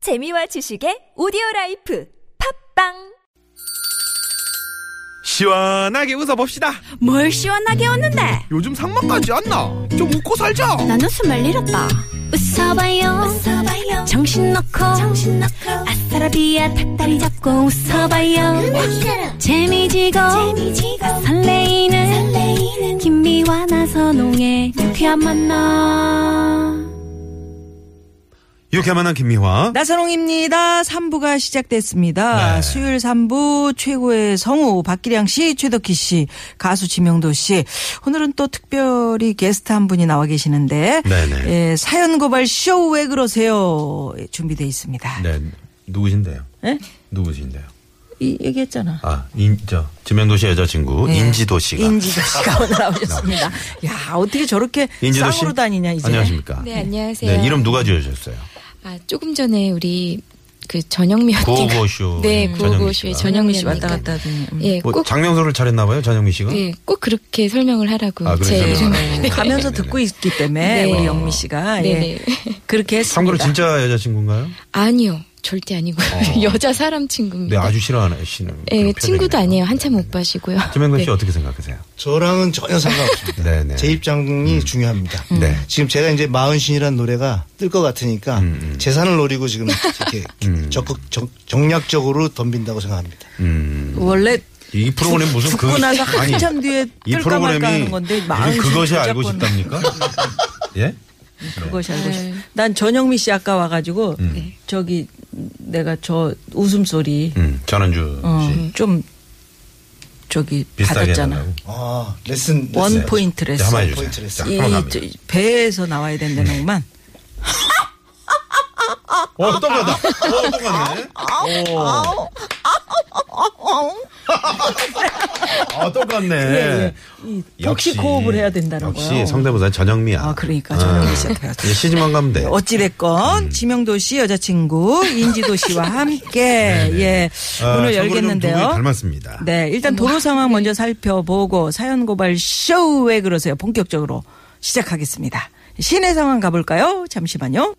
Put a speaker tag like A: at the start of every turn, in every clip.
A: 재미와 지식의 오디오 라이프 팝빵
B: 시원하게 웃어봅시다.
C: 뭘 시원하게 웃는데
B: 요즘 상만까지 안 나. 좀 웃고 살자.
C: 난 웃음을 잃었다 웃어봐요, 정신 놓고 아싸라비아 닭다리 잡고 웃어봐요 재미지고, 설레이는, 김미와 나선홍의 유쾌한 만남
B: 유쾌만한 김미화.
D: 나선홍입니다. 3부가 시작됐습니다.
B: 네.
D: 수요일 3부 최고의 성우 박기량 씨, 최덕희 씨, 가수 지명도 씨. 오늘은 또 특별히 게스트 한 분이 나와 계시는데
B: 네네.
D: 예, 사연 고발 쇼 왜 그러세요? 예, 준비돼 있습니다.
B: 네. 누구신데요?
D: 예?
B: 누구신데요?
D: 이- 얘기했잖아.
B: 아, 인, 저, 지명도 씨 여자친구,
D: 예.
B: 인지도 씨가.
D: 인지도 씨가 오늘 나오셨습니다. 야 어떻게 저렇게
B: 인지도 씨.
D: 쌍으로 다니냐 이제.
B: 안녕하십니까.
E: 네, 안녕하세요.
B: 아, 네, 이름 누가 지어주셨어요?
E: 아, 조금 전에 우리 그 전영미 언니가
B: 구호고쇼.
E: 네,
B: 전영미
E: 구호고쇼의
B: 씨가.
E: 전영-
D: 전영미 씨 왔다
E: 언니니까.
D: 갔다 하더니. 음.
E: 예,
B: 뭐
E: 꼭
B: 장명소를 잘했나봐요, 전영미 씨가?
E: 예, 꼭 그렇게 설명을 하라고
B: 아, 그렇게
E: 제
B: 설명을
E: 이름을
B: 하라고.
E: 네.
D: 예, 가면서
B: 네네네.
D: 듣고 있기 때문에
E: 네.
D: 우리 영미 씨가 예.
E: 네네.
D: 그렇게 했습니다.
B: 참고로 진짜 여자친구인가요?
E: 아니요. 절대 아니고요.
B: 어.
E: 여자 사람
B: 네,
E: 친구입니다.
B: 아주 싫어하시는.
E: 예,
B: 그런
E: 친구도
B: 표정이네요.
E: 아니에요. 한참 네. 오빠시고요.
B: 지명도 씨 어떻게 생각하세요?
F: 저랑은 전혀 상관없습니다.
B: 네네.
F: 제 입장이 중요합니다.
B: 네.
F: 지금 제가 이제 마흔신이라는 노래가 뜰 것 같으니까
B: 음,
F: 재산을 노리고 지금 이렇게 적극 적- 정략적으로 덤빈다고 생각합니다.
B: 음.
D: 원래
B: 이 프로그램 무슨
D: 죽고 나서 한참 뒤에
B: 이
D: 뜰까 말까
B: 프로그램이
D: 하는 건데
B: 무슨
D: 마흔
B: 그것이 알고
D: 조작권.
B: 싶답니까? 예?
D: 그것이 알고
E: 네.
D: 싶어. 난 전영미 씨 아까 와가지고
B: 음.
D: 저기 내가 저 웃음소리
B: 음, 전원주 씨.
D: 어, 좀 저기
B: 비슷하게
D: 받았잖아.
B: 해달라고.
F: 아, 레슨. 레슨.
D: 원 포인트
B: 자,
D: 레슨.
B: 한번 해주세요.
F: 포인트를
B: 자,
D: 이,
B: 한번 네. 갑니다.
D: 저- 배에서 나와야 된다는구만.
B: 어, 똑같다.
F: 아,
B: 어, 똑같네. 어. 오. 아, 똑같네.
D: 예, 예. 이 복식 호흡을 해야 된다는
B: 역시
D: 거야.
B: 성대모사 전영미야.
D: 아, 그러니까 전영미 씨한테 가서.
B: 이제 시집만 가면 돼.
D: 어,
B: 음.
D: 어찌됐건 지명도 씨 여자친구 인지도 씨와 함께 예
B: 아, 참고로
D: 오늘
B: 좀 두 분이
D: 열겠는데요.
B: 닮았습니다.
D: 네, 일단 도로 상황 먼저 살펴보고 사연 고발 쇼 왜 그러세요? 본격적으로 시작하겠습니다. 시내 상황 가볼까요? 잠시만요.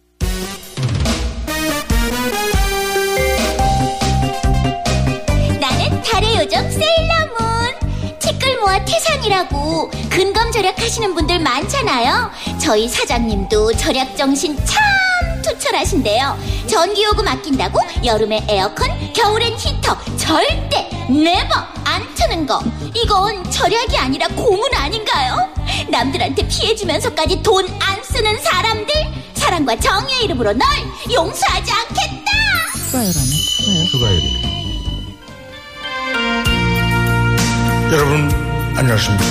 G: 나는 달의 요정 세일러문 책글 모아 태산이라고 근검 절약하시는 분들 많잖아요 저희 사장님도 절약정신 참 투철하신데요 전기요금 아낀다고 여름에 에어컨 겨울엔 히터 절대 네버 안 트는 거 이건 절약이 아니라 고문 아닌가요? 남들한테 피해주면서까지 돈 안 쓰는 사람들 사랑과 정의의 이름으로 널 용서하지 않겠다
B: 추가열이네.
F: 여러분, 안녕하십니까.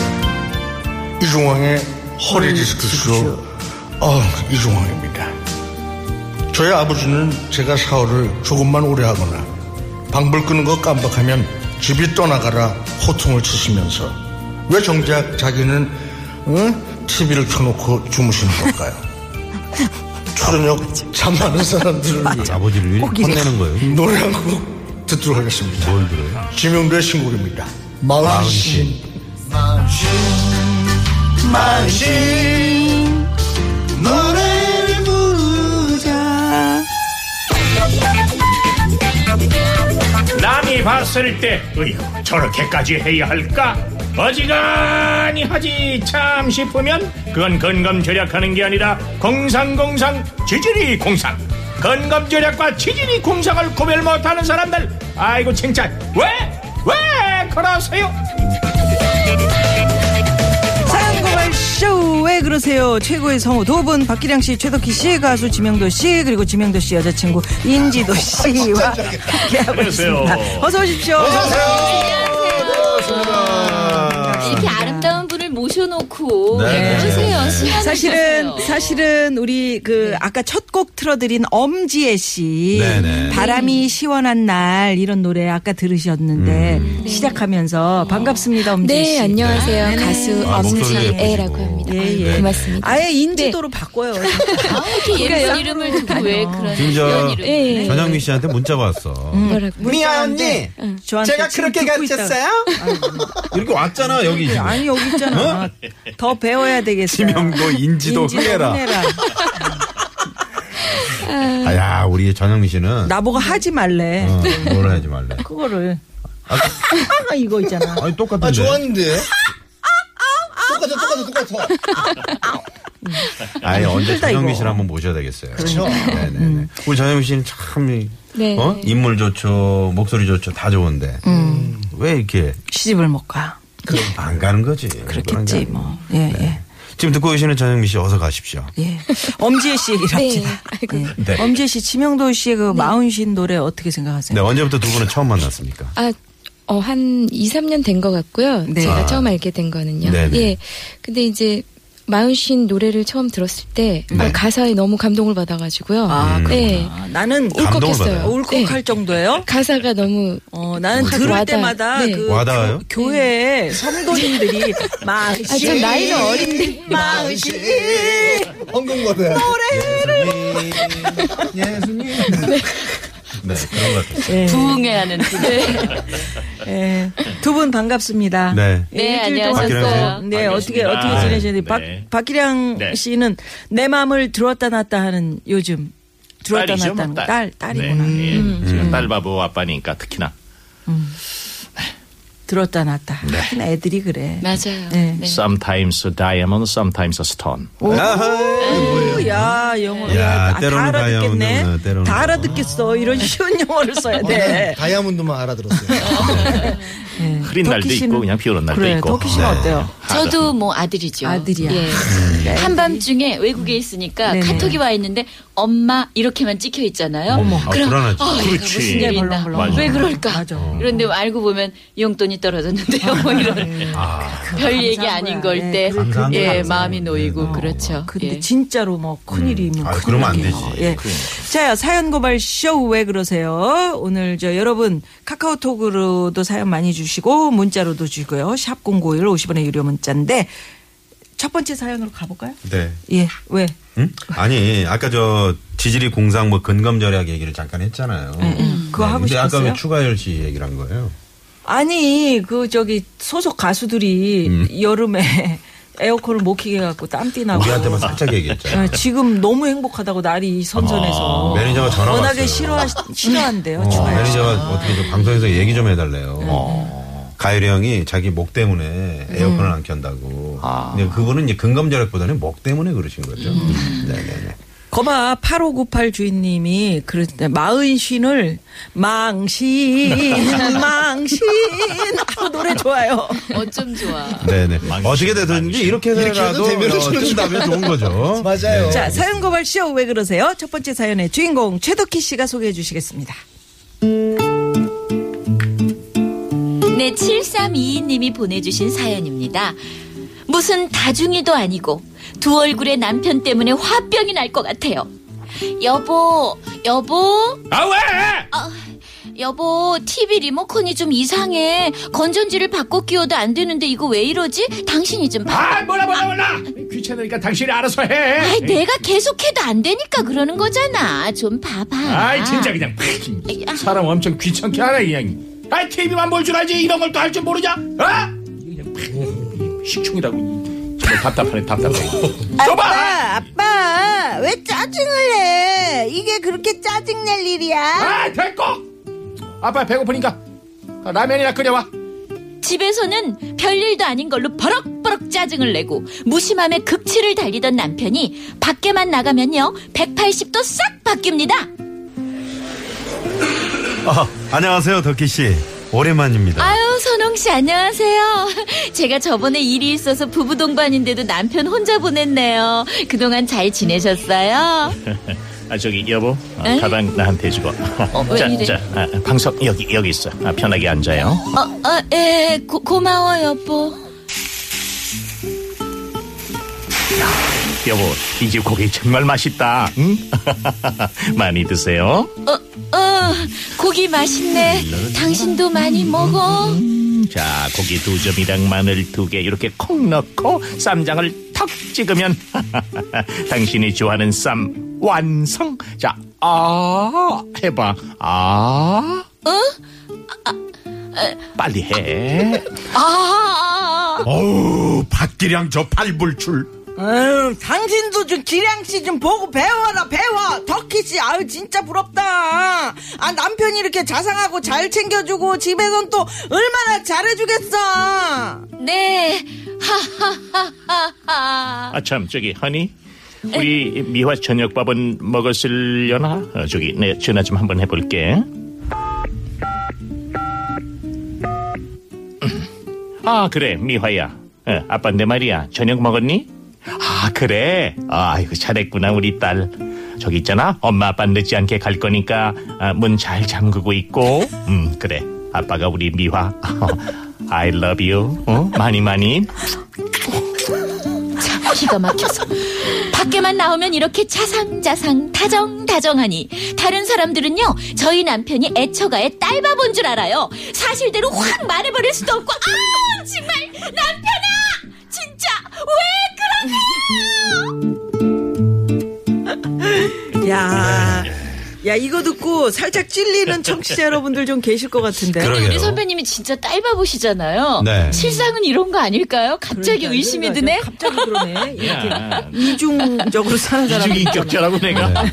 F: 이종황의 허리 디스크쇼, 어, 이종황입니다. 저희 아버지는 제가 샤워를 조금만 오래 하거나 방불 끄는 거 깜빡하면 집이 떠나가라 호통을 치시면서 왜 정작 자기는 응? TV를 켜놓고 주무시는 걸까요? 초저녁 잠 많은 사람들을 위해
B: 아버지를 혼내는 거예요.
F: 노래 한 곡 듣도록 하겠습니다.
H: 뭐
B: 뭘 들어요?
F: 지명도의 신곡입니다. 마흔신. 마흔신. 마흔신. 노래를 부르자.
I: 남이 봤을 때 어이구 저렇게까지 해야 할까? 어지간히 하지 참 싶으면 그건 건강 절약하는 게 아니라 공상공상 지질이 공상 건강 절약과 지질이 공상을 구별 못하는 사람들 아이고 칭찬 왜? 왜 그러세요?
D: 사연 고발 쇼 왜 그러세요? 최고의 성우 두 분 박기량 씨, 최덕희 씨, 가수 지명도 씨 그리고 지명도 씨 여자친구 인지도 씨와 함께하고
I: 안녕하세요.
D: 있습니다. 어서 오십시오.
E: 이렇게 아름다운 분을 모셔놓고
B: 네.
E: 오세요. 시간을
D: 사실은
E: 주세요. 네.
D: 사실은 우리 그 아까 첫 곡 틀어드린 엄지애 씨
B: 네네.
D: 바람이 시원한 날 이런 노래 아까 들으셨는데 시작하면서 반갑습니다 엄지애 씨.
E: 네, 안녕하세요. 가수
B: 아, 목소리도 예쁘시고. 네.
E: 엄지애라고 합니다.
D: 예,
E: 아유,
D: 예.
E: 고맙습니다.
D: 아예 인지도로 바꿔요.
E: 아, 이렇게 예쁜 이름을 두고 왜
D: 아,
E: 그런
B: 지금
E: 이런
B: 저
E: 이름? 예, 예.
B: 전영미 씨한테 문자 왔어.
D: 음.
E: 뭐라고?
D: 미아 언니, 제가 그렇게 가르쳤어요?
B: 이렇게 왔잖아 여기 지금.
D: 아니 여기 있잖아. 더 배워야 되겠어요.
B: 지명도 인지도
D: 인지도
B: 해라.
D: 해라.
B: 아야
H: 우리 전영미 씨는
D: 나보고 하지 말래.
H: 어, 뭘 하지 말래.
D: 그거를. 아, 이거 있잖아.
H: 아니 똑같은데.
F: 아, 좋았는데. 똑같아, 똑같아, 똑같아.
H: 아예 언제
D: 힘들다,
H: 전영미
D: 이거. 음.
H: 씨를 한번 모셔야 되겠어요.
F: 그렇죠.
H: 네네네. 우리 전영미 씨는 참 이-
E: 네.
H: 어? 인물 좋죠, 목소리 좋죠, 다 좋은데
D: 음.
H: 왜 이렇게
D: 시집을 못 가.
H: 안 가는 거지? 그런 게
D: 그렇죠. 그렇겠지,
H: 아니고.
D: 뭐. 예,
H: 지금 듣고 계시는 전영미 씨 어서 가십시오.
D: 예. 예. 엄지혜 씨 얘기를 합시다. 예.
H: 네.
D: 엄지혜 씨, 지명도 씨의
E: 네.
D: 그 마흔신 노래 어떻게 생각하세요?
H: 네 언제부터 두 분은 처음 만났습니까?
E: 아, 어, 한 2, 3년 된 것 같고요.
D: 네.
E: 제가
H: 아.
E: 처음 알게 된 거는요.
H: 네네.
E: 예. 근데 이제 마흔신 노래를 처음 들었을 때
H: 네.
E: 어, 가사에 너무 감동을 받아가지고요.
D: 아,
E: 네.
D: 아, 나는
H: 감동을
E: 울컥했어요.
H: 받아요.
D: 울컥할 정도예요?
E: 가사가 너무
D: 어, 나는
E: 확
D: 들을
E: 네. 와닿-
D: 때마다
E: 네.
D: 그
H: 와닿아요?
D: 교, 교회에 성도님들이
E: 아, 전
D: 마흔신
E: 나이는 어린데.
F: 마흔씨. 헌금거든.
H: 예수님, 예수님. 네 그런 것 같아요.
G: 부흥해하는
D: 예. 두분 반갑습니다. 예,
H: 네.
G: 네,
D: 일주일 동안
H: 안녕하셨어요.
D: 또, 네, 어떻게
B: 반갑습니다.
D: 어떻게 지내시는데
B: 네.
D: 박 박기량
B: 네.
D: 씨는 내 마음을 들었다 놨다 하는 요즘 들었다
B: 딸이죠,
D: 놨다
B: 뭐
D: 하는 거. 딸 딸이구나.
B: 네, 예. 제가 딸 바보 아빠니까 특히나.
D: 들었다 놨다.
H: 네.
D: 하긴 애들이 그래.
E: 맞아요.
D: 네.
B: Sometimes a diamond, sometimes a stone.
D: 음. 오, 야 영어.
H: 야,
D: 야, 다
H: 때로는
D: 알아듣겠네.
H: 다이아몬드, 음, 때로는 네.
D: 다 알아듣겠어. 이런 쉬운 영어를 써야
F: 어,
D: 돼.
F: 난 다이아몬드만 알아들었어요.
D: 네.
B: 흐린 날도
D: 터키 씨는-
B: 있고 그냥 비 오는 날도
D: 그래.
B: 있고.
D: 터키 씨는
H: 네.
D: 어때요?
G: 저도 뭐 아들이죠.
D: 아들이야.
G: 예. 한밤중에 외국에 있으니까
D: 네네.
G: 아, 카톡이 와 있는데 엄마 이렇게만 찍혀 있잖아요.
H: 아, 불안하지.
G: 어,
D: 예.
G: 얘가
B: 그렇지.
G: 무슨 일이 있나?
D: 벌렁벌렁.
B: 맞아.
G: 왜 그럴까?
D: 맞아.
G: 그런데 알고 보면 용돈이 떨어졌는데요. 뭐 이런 별 얘기 아닌 걸
D: 거야.
G: 때
D: 예, 그래,
H: 그래.
G: 예,
H: 감사합니다.
G: 마음이 놓이고 그렇죠.
D: 어, 근데
G: 예.
D: 진짜로 뭐 큰일이면
H: 아,
D: 큰일
H: 그러면 안
D: 나겠네요.
H: 되지.
D: 예. 자, 사연 고발 쇼 왜 그러세요? 오늘 저 여러분 카카오톡으로도 사연 많이 주시고 문자로도 주고요. 샵 공고일 50원의 유료 문자인데 첫 번째 사연으로 가볼까요?
H: 네.
D: 예. 왜?
H: 응? 아니 아까 저 지질이 공상 뭐 근검 절약 얘기를 잠깐 했잖아요.
D: 예,
H: 네,
D: 그거 하고
H: 근데 아까
D: 싶었어요?
H: 왜 추가열 씨 얘기를 한 거예요?
D: 아니 그 저기 소속 가수들이 여름에 에어컨을 못 키게 갖고 땀띠 나고
H: 음. 우리한테만 살짝
D: 어,
H: 얘기했잖아요.
D: 지금 너무 행복하다고 날이 선선해서
H: 아, 매니저가 전화
D: 워낙에
H: 왔어요.
D: 싫어하, 싫어한대요.
H: 어,
D: 주말.
H: 매니저가 어떻게 좀 방송에서 얘기 좀 해달래요.
G: 네.
H: 어. 가율이 형이 자기 목
G: 음.
H: 때문에 에어컨을 안 켠다고.
B: 아.
H: 근데 그분은 이제 근검 절약보다는 목 때문에 그러신 거죠.
G: 음.
H: 음. 네네네.
D: 거봐 8598 주인님이 그랬는데 마흔신을 망신 망신 아, 노래 좋아요.
G: 어쩜 좋아.
H: 네네.
B: 망신,
H: 어떻게 되든지
B: 망신.
H: 이렇게
F: 이렇게
H: 해서라도
F: 해도 대면을
H: 어,
F: 치는
H: 뜬다면 좋은 거죠. 네.
F: 맞아요.
D: 자 사연 고발 쇼 왜 그러세요? 첫 번째 사연의 주인공 최덕희 씨가 소개해 주시겠습니다.
G: 네, 7322님이 보내주신 사연입니다. 무슨 다중이도 아니고 두 얼굴의 남편 때문에 화병이 날 것 같아요. 여보, 여보,
B: 아 왜?
G: 여보, TV 리모컨이 좀 이상해. 건전지를 바꿔 끼워도 안 되는데 이거 왜 이러지? 당신이 좀 봐.
B: 아 몰라 몰라 몰라. 귀찮으니까 당신이 알아서 해.
G: 아이, 내가 계속해도 안 되니까 그러는 거잖아. 좀 봐봐.
B: 아이 진짜 그냥
G: 아.
B: 사람 엄청 귀찮게 하네 그냥. 아 TV만 볼 줄 알지 이런 걸 또 할 줄 모르냐? 아 그냥 식충이라고 정말 답답하네 답답해. 줘봐.
A: 아빠, 왜 짜증을 해? 이게 그렇게 짜증낼 일이야?
B: 아 됐고. 아빠 배고프니까 라면이나 끓여와.
G: 집에서는 별일도 아닌 걸로 버럭버럭 짜증을 내고 무심함에 극치를 달리던 남편이 밖에만 나가면요 180도 싹 바뀝니다.
H: 아, 안녕하세요, 덕희 씨. 오랜만입니다.
G: 아유 선홍 씨 안녕하세요. 제가 저번에 일이 있어서 부부 동반인데도 남편 혼자 보냈네요. 그동안 잘 지내셨어요?
B: 아 저기 여보 어,
G: 에?
B: 가방 나한테 주고
G: 어, 왜 이래?
B: 아, 방석 여기 여기 있어 아, 편하게 앉아요
G: 어, 어, 예, 고, 고마워 여보.
B: 여보 이 집 고기 정말 맛있다 응? 많이 드세요
G: 어, 어, 고기 맛있네. 당신도 많이 먹어.
B: 자 고기 두 점이랑 마늘 두 개 이렇게 콕 넣고 쌈장을 턱 찍으면 당신이 좋아하는 쌈 완성 자아 해봐 아
G: 어?
B: 응? 빨리 해
G: 아, 아, 아.
H: 어우, 박기량 저 팔불출.
A: 아유, 당신도 좀 기량씨 좀 보고 배워라, 배워! 덕희씨, 아유, 진짜 부럽다! 아, 남편이 이렇게 자상하고 잘 챙겨주고, 집에선 또 얼마나 잘해주겠어!
G: 네. 하하하하하.
B: 아 참 저기 허니 우리 미화 저녁밥은 먹었을려나? 어, 저기 내 전화 좀 한번 해볼게. 음. 아 그래 미화야. 어, 아빠 내 말이야 저녁 먹었니? 아 그래. 아이고 잘했구나 우리 딸. 저기 있잖아 엄마 아빠 늦지 않게 갈 거니까 아, 문 잘 잠그고 있고. 음 그래 아빠가 우리 미화. I love you. 어? 많이 많이.
G: 참 기가 막혀서 밖에만 나오면 이렇게 자상자상 다정다정하니 다른 사람들은요 저희 남편이 애처가의 딸바본 줄 알아요 사실대로 확 말해버릴 수도 없고 아 정말 남편아 진짜 왜 그러냐
D: 야. 야, 이거 듣고 살짝 찔리는 청취자 여러분들 좀 계실 것 같은데.
B: 그러니까.
H: 그럼.
G: 우리
H: 그러게요.
G: 선배님이 진짜 딸바보시잖아요
H: 네.
G: 실상은 이런 거 아닐까요 갑자기
D: 그러니까
G: 의심이
D: 이거
G: 드네
D: 갑자기 그러네. 이렇게
B: 야.
D: 이중적으로 사는 사람.
B: 이중이 격자라고 내가.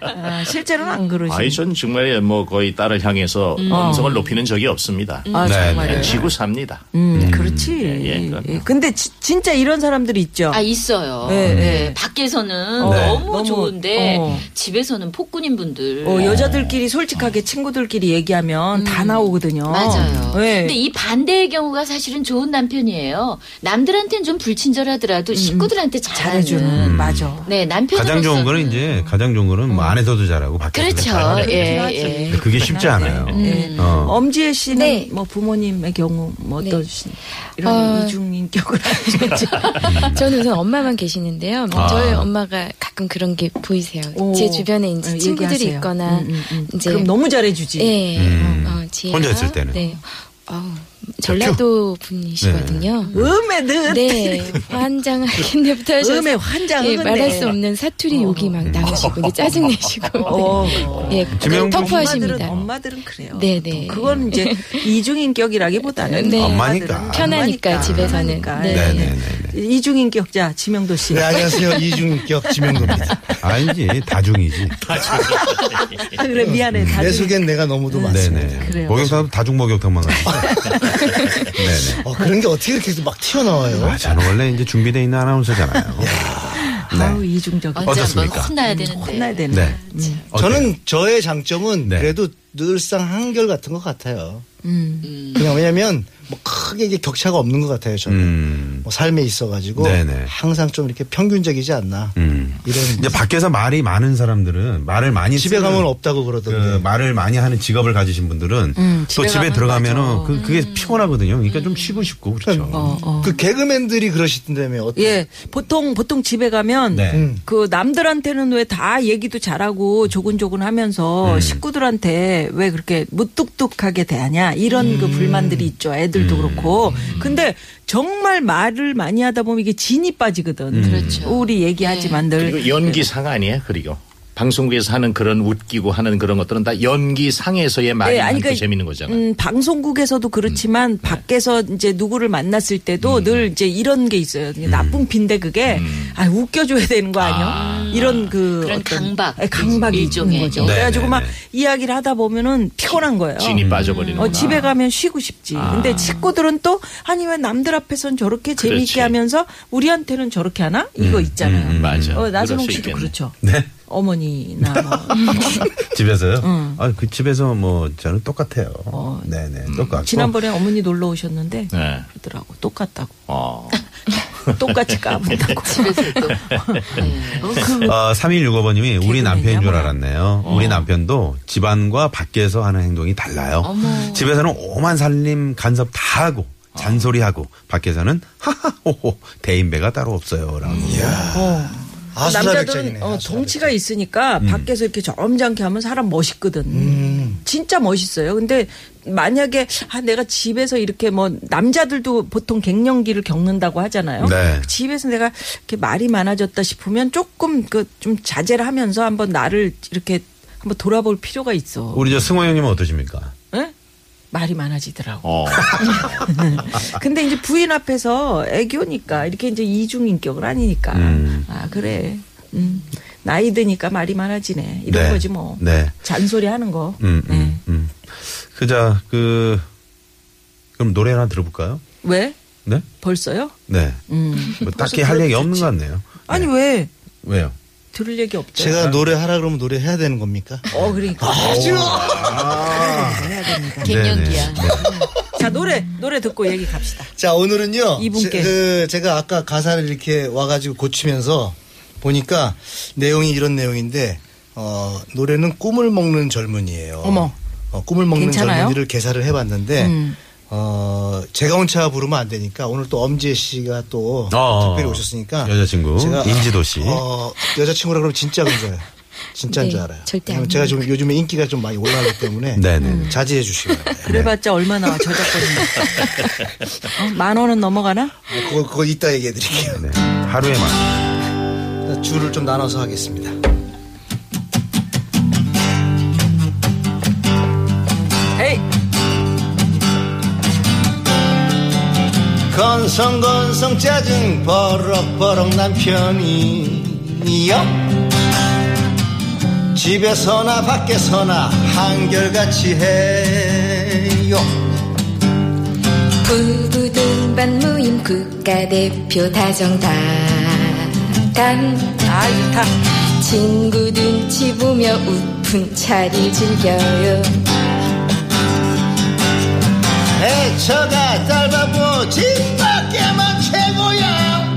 D: 아, 실제로는 안 그러시죠.
B: 아이 전 정말 뭐 거의 딸을 향해서 음성을 높이는 적이 없습니다.
D: 아,
H: 네,
D: 정말요.
B: 예, 지구 삽니다.
D: 음, 그렇지.
B: 예, 예, 그건
D: 예, 근데 지- 진짜 이런 사람들이 있죠.
G: 아 있어요.
D: 네,
G: 네, 밖에서는
D: 네.
G: 너무,
D: 너무,
G: 좋은데
D: 어.
G: 집에서는 폭군인
E: 네.
G: 분들.
D: 어, 여자들끼리
E: 어.
D: 솔직하게 친구들끼리 얘기하면
E: 음.
D: 다 나오거든요.
G: 맞아요.
D: 예.
G: 근데 이 반대의 경우가 사실은 좋은 남편이에요. 남들한테는 좀 불친절하더라도 식구들한테 잘하는.
D: 음, 잘해주는
H: 음.
D: 맞아.
G: 네, 남편으로서.
H: 가장 좋은 거는 이제 가장 좋은 거는 뭐 안에서도 잘하고 밖에서도
G: 그렇죠.
H: 잘하고.
G: 예, 예.
H: 그게 쉽지
D: 음.
H: 않아요. 어.
D: 예. 엄지혜 씨는
E: 음. 네.
D: 뭐 부모님의 경우 뭐
E: 네.
D: 어떠신 이런
E: 어.
D: 이중 인격을 하시는지
E: 저는 우선 엄마만 계시는데요. 뭐
H: 아.
E: 저희 엄마가 가끔 그런 게 보이세요.
D: 오.
E: 제 주변에 이제
D: 어,
E: 친구들이
D: 얘기하세요.
E: 있거나
D: 음, 음, 음.
E: 이제
D: 그럼 너무 잘해주지.
E: 예,
H: 음.
E: 어, 지혜가,
H: 혼자 있을 때는.
E: 네. 어, 전라도 분이시거든요.
D: 음에 늘
E: 네, 환장하겠네부터 하셔서
D: 음에 환장
E: 예,
D: 흥은
E: 말할
D: 네.
E: 수 없는 사투리 욕이 막 나오시고 이제 짜증내시고
D: 어,
E: 네. 예,
H: 지명도
E: 터프하십니다.
D: 엄마들은, 엄마들은 그래요.
E: 네네.
D: 그건 이제 이중인격이라기보다는
E: 네.
H: 엄마니까.
D: 엄마들은
E: 편하니까, 집에서는.
D: 편하니까.
E: 네.
H: 네, 네, 네. 네.
D: 이중인격자 지명도 씨.
F: 네, 안녕하세요. 이중격 지명도입니다.
H: 아니지 다중이지. 네,
D: 아, 그래
H: 음,
D: 미안해.
F: 내
D: 다들
F: 속엔 내가 너무도 많습니다.
H: 네네.
D: 그래요.
H: 목욕탕 다중 목욕탕만 가죠. 네네.
F: 어, 그런 게 어떻게 이렇게 막 튀어나와요?
H: 아, 저는 원래 이제 준비돼 있는 아나운서잖아요.
D: 아우
H: 네.
D: 이중적.
G: 언제
H: 어떻습니까?
G: 한번 혼나야 되는데.
D: 혼나야 되는.
H: 네. 어때요?
F: 저는 저의 장점은
H: 네.
F: 그래도 늘상 한결 같은 것 같아요.
D: 음.
F: 그냥 왜냐면 뭐 크게 이게 격차가 없는 것 같아요. 저는
H: 음.
F: 뭐 삶에 있어가지고
H: 네네.
F: 항상 좀 이렇게 평균적이지 않나
H: 음.
F: 이런
H: 이제 밖에서 말이 많은 사람들은 말을 많이
F: 집에
H: 쓰는
F: 가면 없다고
H: 그
F: 그러던데.
H: 말을 많이 하는 직업을 가지신 분들은 또 집에 들어가면은 그, 그게 피곤하거든요. 그러니까 좀 쉬고 싶고 그렇죠.
E: 어,
F: 그 개그맨들이 그러시던데며 어떤
D: 예, 보통 보통 집에 가면
H: 네.
G: 음.
D: 그 남들한테는 왜 다 얘기도 잘하고 조곤조곤하면서
B: 음.
D: 식구들한테 왜 그렇게 무뚝뚝하게 대하냐 이런 그
B: 음.
D: 불만들이 있죠. 애들도 그렇고. 근데 정말 말을 많이 하다 보면 이게 진이 빠지거든.
G: 그렇죠.
D: 우리 얘기하지만 늘
B: 음. 그리고 연기상 아니에요, 그리고. 방송국에서 하는 그런 웃기고 하는 그런 것들은 다 연기상에서의 말이
D: 예,
B: 많고
D: 그러니까,
B: 재밌는 거잖아요. 음, 네.
D: 음, 방송국에서도 그렇지만 밖에서 이제 누구를 만났을 때도 늘 이제 이런 게 있어요.
B: 음.
D: 그냥 나쁜 핀데 그게 아 웃겨줘야 되는 거 아니야? 이런 그
G: 그런 강박. 그
D: 예, 강박이
G: 일종의.
D: 있는 거죠.
H: 네,
D: 그래가지고
H: 네,
D: 막
H: 네.
D: 이야기를 하다 보면은 피곤한 거예요.
B: 진이 빠져버리는
D: 어, 집에 가면 쉬고 싶지. 근데 식구들은 또 아니 왜 남들 앞에선 저렇게
B: 그렇지. 음,
D: 재미있게 하면서 우리한테는 저렇게 하나? 이거 있잖아요.
B: 맞아.
D: 어, 나선홍
B: 그럴 수
D: 씨도
B: 있겠네.
D: 그렇죠.
H: 네.
D: 어머니나 뭐
H: 집에서요?
D: 음.
H: 아, 그 집에서 뭐 저는 똑같아요. 네네. 똑같고.
D: 어, 지난번에 어머니 놀러 오셨는데
B: 네.
D: 그러더라고 똑같다고.
B: 어.
D: 똑같이 까분다고. 그
H: 어, 3165번님이 우리 남편인 줄 알았네요.
D: 어.
H: 우리 남편도 집안과 밖에서 하는 행동이 달라요. 집에서는 오만 살림 간섭 다 하고
D: 어.
H: 잔소리하고 밖에서는 하하호호 대인배가 따로 없어요라고.
D: 음.
F: 아수라백작이네.
D: 남자들은 어, 덩치가 있으니까 밖에서 이렇게 점잖게 하면 사람 멋있거든.
F: 음.
D: 진짜 멋있어요. 근데 만약에 아, 내가 집에서 이렇게 뭐 남자들도 보통 갱년기를 겪는다고 하잖아요. 그
H: 네.
D: 집에서 내가 이렇게 말이 많아졌다 싶으면 조금 그 좀 자제를 하면서 한번 나를 이렇게 한번 돌아볼 필요가 있어.
H: 우리 저 승호 형님은 어떠십니까?
D: 예? 말이 많아지더라고.
H: 어.
D: 근데 이제 부인 앞에서 애교니까 이렇게 이제 이중 인격은 아니니까
H: 음.
D: 아 그래 음. 나이 드니까 말이 많아지네 이런
H: 네.
D: 거지 뭐
H: 네.
D: 잔소리 하는 거. 네.
H: 음, 음, 음. 그자 그 그럼 노래 하나 들어볼까요?
D: 왜
H: 네,
D: 벌써요?
H: 네.
D: 음.
H: 뭐 딱히
D: 벌써
H: 할 얘기
D: 들어도
H: 없는
D: 좋지.
H: 것 같네요.
D: 아니 왜
H: 왜요?
D: 들을 얘기 없죠?
F: 제가
H: 네.
F: 노래 하라 그러면 노래 해야 되는 겁니까?
D: 어 그러니까
H: 아,
D: 아.
H: 갱년기야.
D: 자 노래 노래 듣고 얘기 갑시다.
F: 자 오늘은요.
D: 이분께.
F: 제, 그 제가 아까 가사를 이렇게 와가지고 고치면서 보니까 내용이 이런 내용인데 어, 노래는 꿈을 먹는 젊은이에요.
D: 어머.
F: 어, 꿈을 먹는
D: 괜찮아요? 음.
F: 젊은이를 개사를 해봤는데 어, 제가 온 차 부르면 안 되니까 오늘 또 엄지혜 씨가 또
H: 어,
F: 특별히 오셨으니까
H: 여자친구, 인지도 씨.
F: 어, 여자친구라 그러면 진짜 그런 거예요. 진짜인
E: 네,
F: 줄 알아요.
E: 절대
F: 왜냐면
E: 안
F: 제가 좀 요즘에 인기가 좀 많이 올라가기 때문에
H: 네, 네, 네.
F: 자제해 주시기 바랍니다.
D: 그래봤자 얼마나 저작권이 어? 만 원은 넘어가나?
F: 뭐 그거, 그거 이따 얘기해 드릴게요.
H: 네. 하루에만.
F: 줄을 좀 나눠서 하겠습니다.
D: 에이
F: 건성건성 짜증 버럭버럭 남편이요 집에서나 밖에서나 한결같이 해요
E: 부부 동반 모임 국가대표 다정다감
D: 아 좋다.
E: 친구 눈치 보며 웃픈 차를 즐겨요
F: 애처가 딸바보 집밖에만 최고야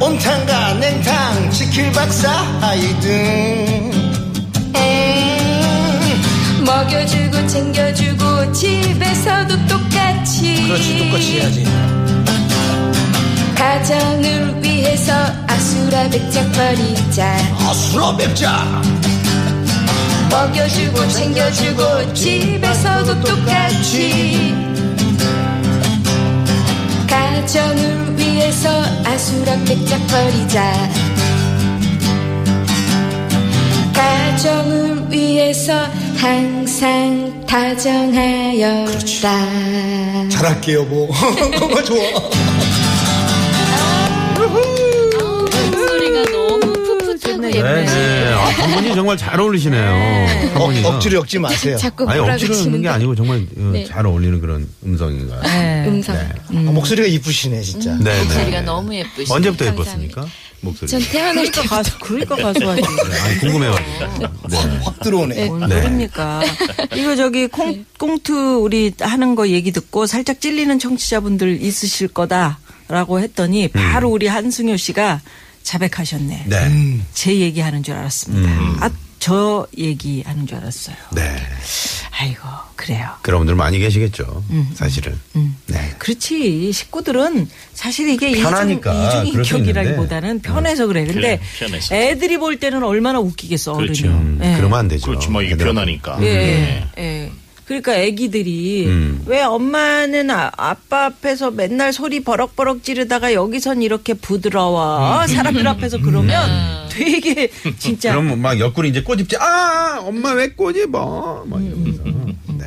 F: 옴탕과 냉탕 치킨박 사이등
E: 먹여주고 챙겨주고 집에서도 똑같이
F: 그렇지 똑같이 해야지
E: 가정을 위해서 아수라 백작버리자
F: 아수라 맵자
E: 먹여주고 챙겨주고 집에서도 똑같이 가정을 위해서 아수라 백작버리자 가정을 위해서 항상 다정하였다
F: 잘할게요 뭐 그거 좋아
G: 소리가 너무 풋풋하고
D: 좋네.
G: 예뻐요.
H: 네, 네. 아, 두 분이 정말 잘 어울리시네요. 한 분이서.
F: 어, 억, 억지로 엮지 마세요.
E: 자꾸
H: 아니 억지로 있는
E: 몰아붙이는
H: 게 아니고 정말 어, 잘 어울리는 그런 음성인가요?
D: 네.
E: 음성
F: 아, 목소리가 이쁘시네 진짜.
H: 네, 네.
G: 목소리가 너무 예쁘시네.
H: 언제부터
E: 감사합니다.
H: 예뻤습니까? 목소리.
E: 전 태어날
D: 그러니까 가수 그러니까 가수하지.
H: 네, 아니 궁금해가지고. 네.
F: 확 들어오네.
D: 뭔
H: 네.
D: 소리입니까? 이거 저기 콩, 꽁트 우리 하는 거 얘기 듣고 살짝 찔리는 청취자분들 있으실 거다라고 했더니 바로 우리 한승효 씨가 자백하셨네.
H: 음. 네. 음.
D: 제 얘기하는 줄 알았습니다. 아, 저 얘기하는 줄 알았어요.
H: 네.
D: 아이고 그래요.
H: 그런 분들 많이 계시겠죠. 사실은. 네.
D: 그렇지 식구들은 사실 이게 이중-
H: 편하니까 그럴 수 음.
D: 이중인격이라기보다는 편해서 그래. 근데
B: 그래, 편해서.
D: 애들이 볼 때는 얼마나 웃기겠어
B: 그렇죠.
D: 어른이.
H: 음,
D: 예.
H: 그러면 안 되죠.
B: 그렇지 뭐 이게
H: 애들한테.
B: 변하니까.
D: 예. 예. 그러니까 아기들이
H: 음.
D: 왜 엄마는 아, 아빠 앞에서 맨날 소리 버럭버럭 지르다가 여기선 이렇게 부드러워 사람들 앞에서 그러면 되게 진짜
H: 음. 그럼 막 옆구리 이제 꼬집지. 아, 엄마 왜 꼬집어? 막 이러면서. 네.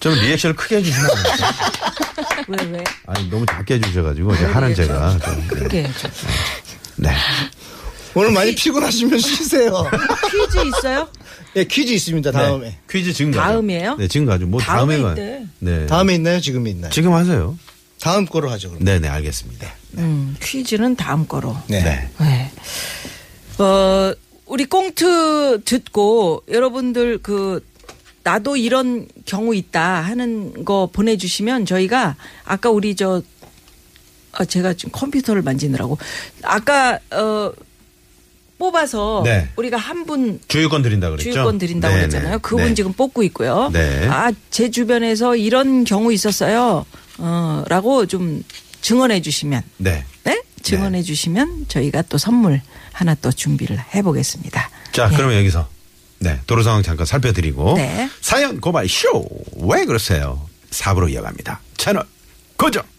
H: 좀 리액션을 크게 해주시면 안 돼요?
D: 왜 왜?
H: 아니, 너무 작게 해주셔가지고, 이제 하는 제가. 좀, 네.
D: 그게
H: 네.
F: 오늘 많이 피곤하시면 쉬세요.
D: 퀴즈 있어요?
F: 네, 퀴즈 있습니다. 다음에.
H: 네. 퀴즈 지금 가죠.
D: 다음이에요?
H: 네, 지금 가죠. 뭐
D: 다음에
H: 다음에 가.
D: 있대.
H: 네.
F: 다음에 있나요? 지금 있나요?
H: 지금 하세요.
F: 다음 거로 하죠. 그럼.
H: 네, 네, 알겠습니다.
D: 음, 퀴즈는 다음 거로.
F: 네.
D: 네. 어, 우리 꽁트 듣고 여러분들 그 나도 이런 경우 있다 하는 거 보내주시면 저희가 아까 우리 저 아, 제가 지금 컴퓨터를 만지느라고 아까 어 뽑아서
H: 네.
D: 우리가 한 분
H: 주유권 드린다 그랬죠?
D: 주유권 드린다고
H: 네,
D: 그랬잖아요.
H: 네,
D: 그분
H: 네.
D: 지금 뽑고 있고요.
H: 네.
D: 아, 제 주변에서 이런 경우 있었어요. 어, 라고 좀 증언해 주시면
H: 네.
D: 네? 증언해 주시면 저희가 또 선물 하나 또 준비를 해보겠습니다.
H: 자, 그러면 여기서 네 도로 상황 잠깐 살펴드리고
D: 네.
H: 사연 고발 쇼 왜 그러세요? 4부로 이어갑니다. 채널 고정.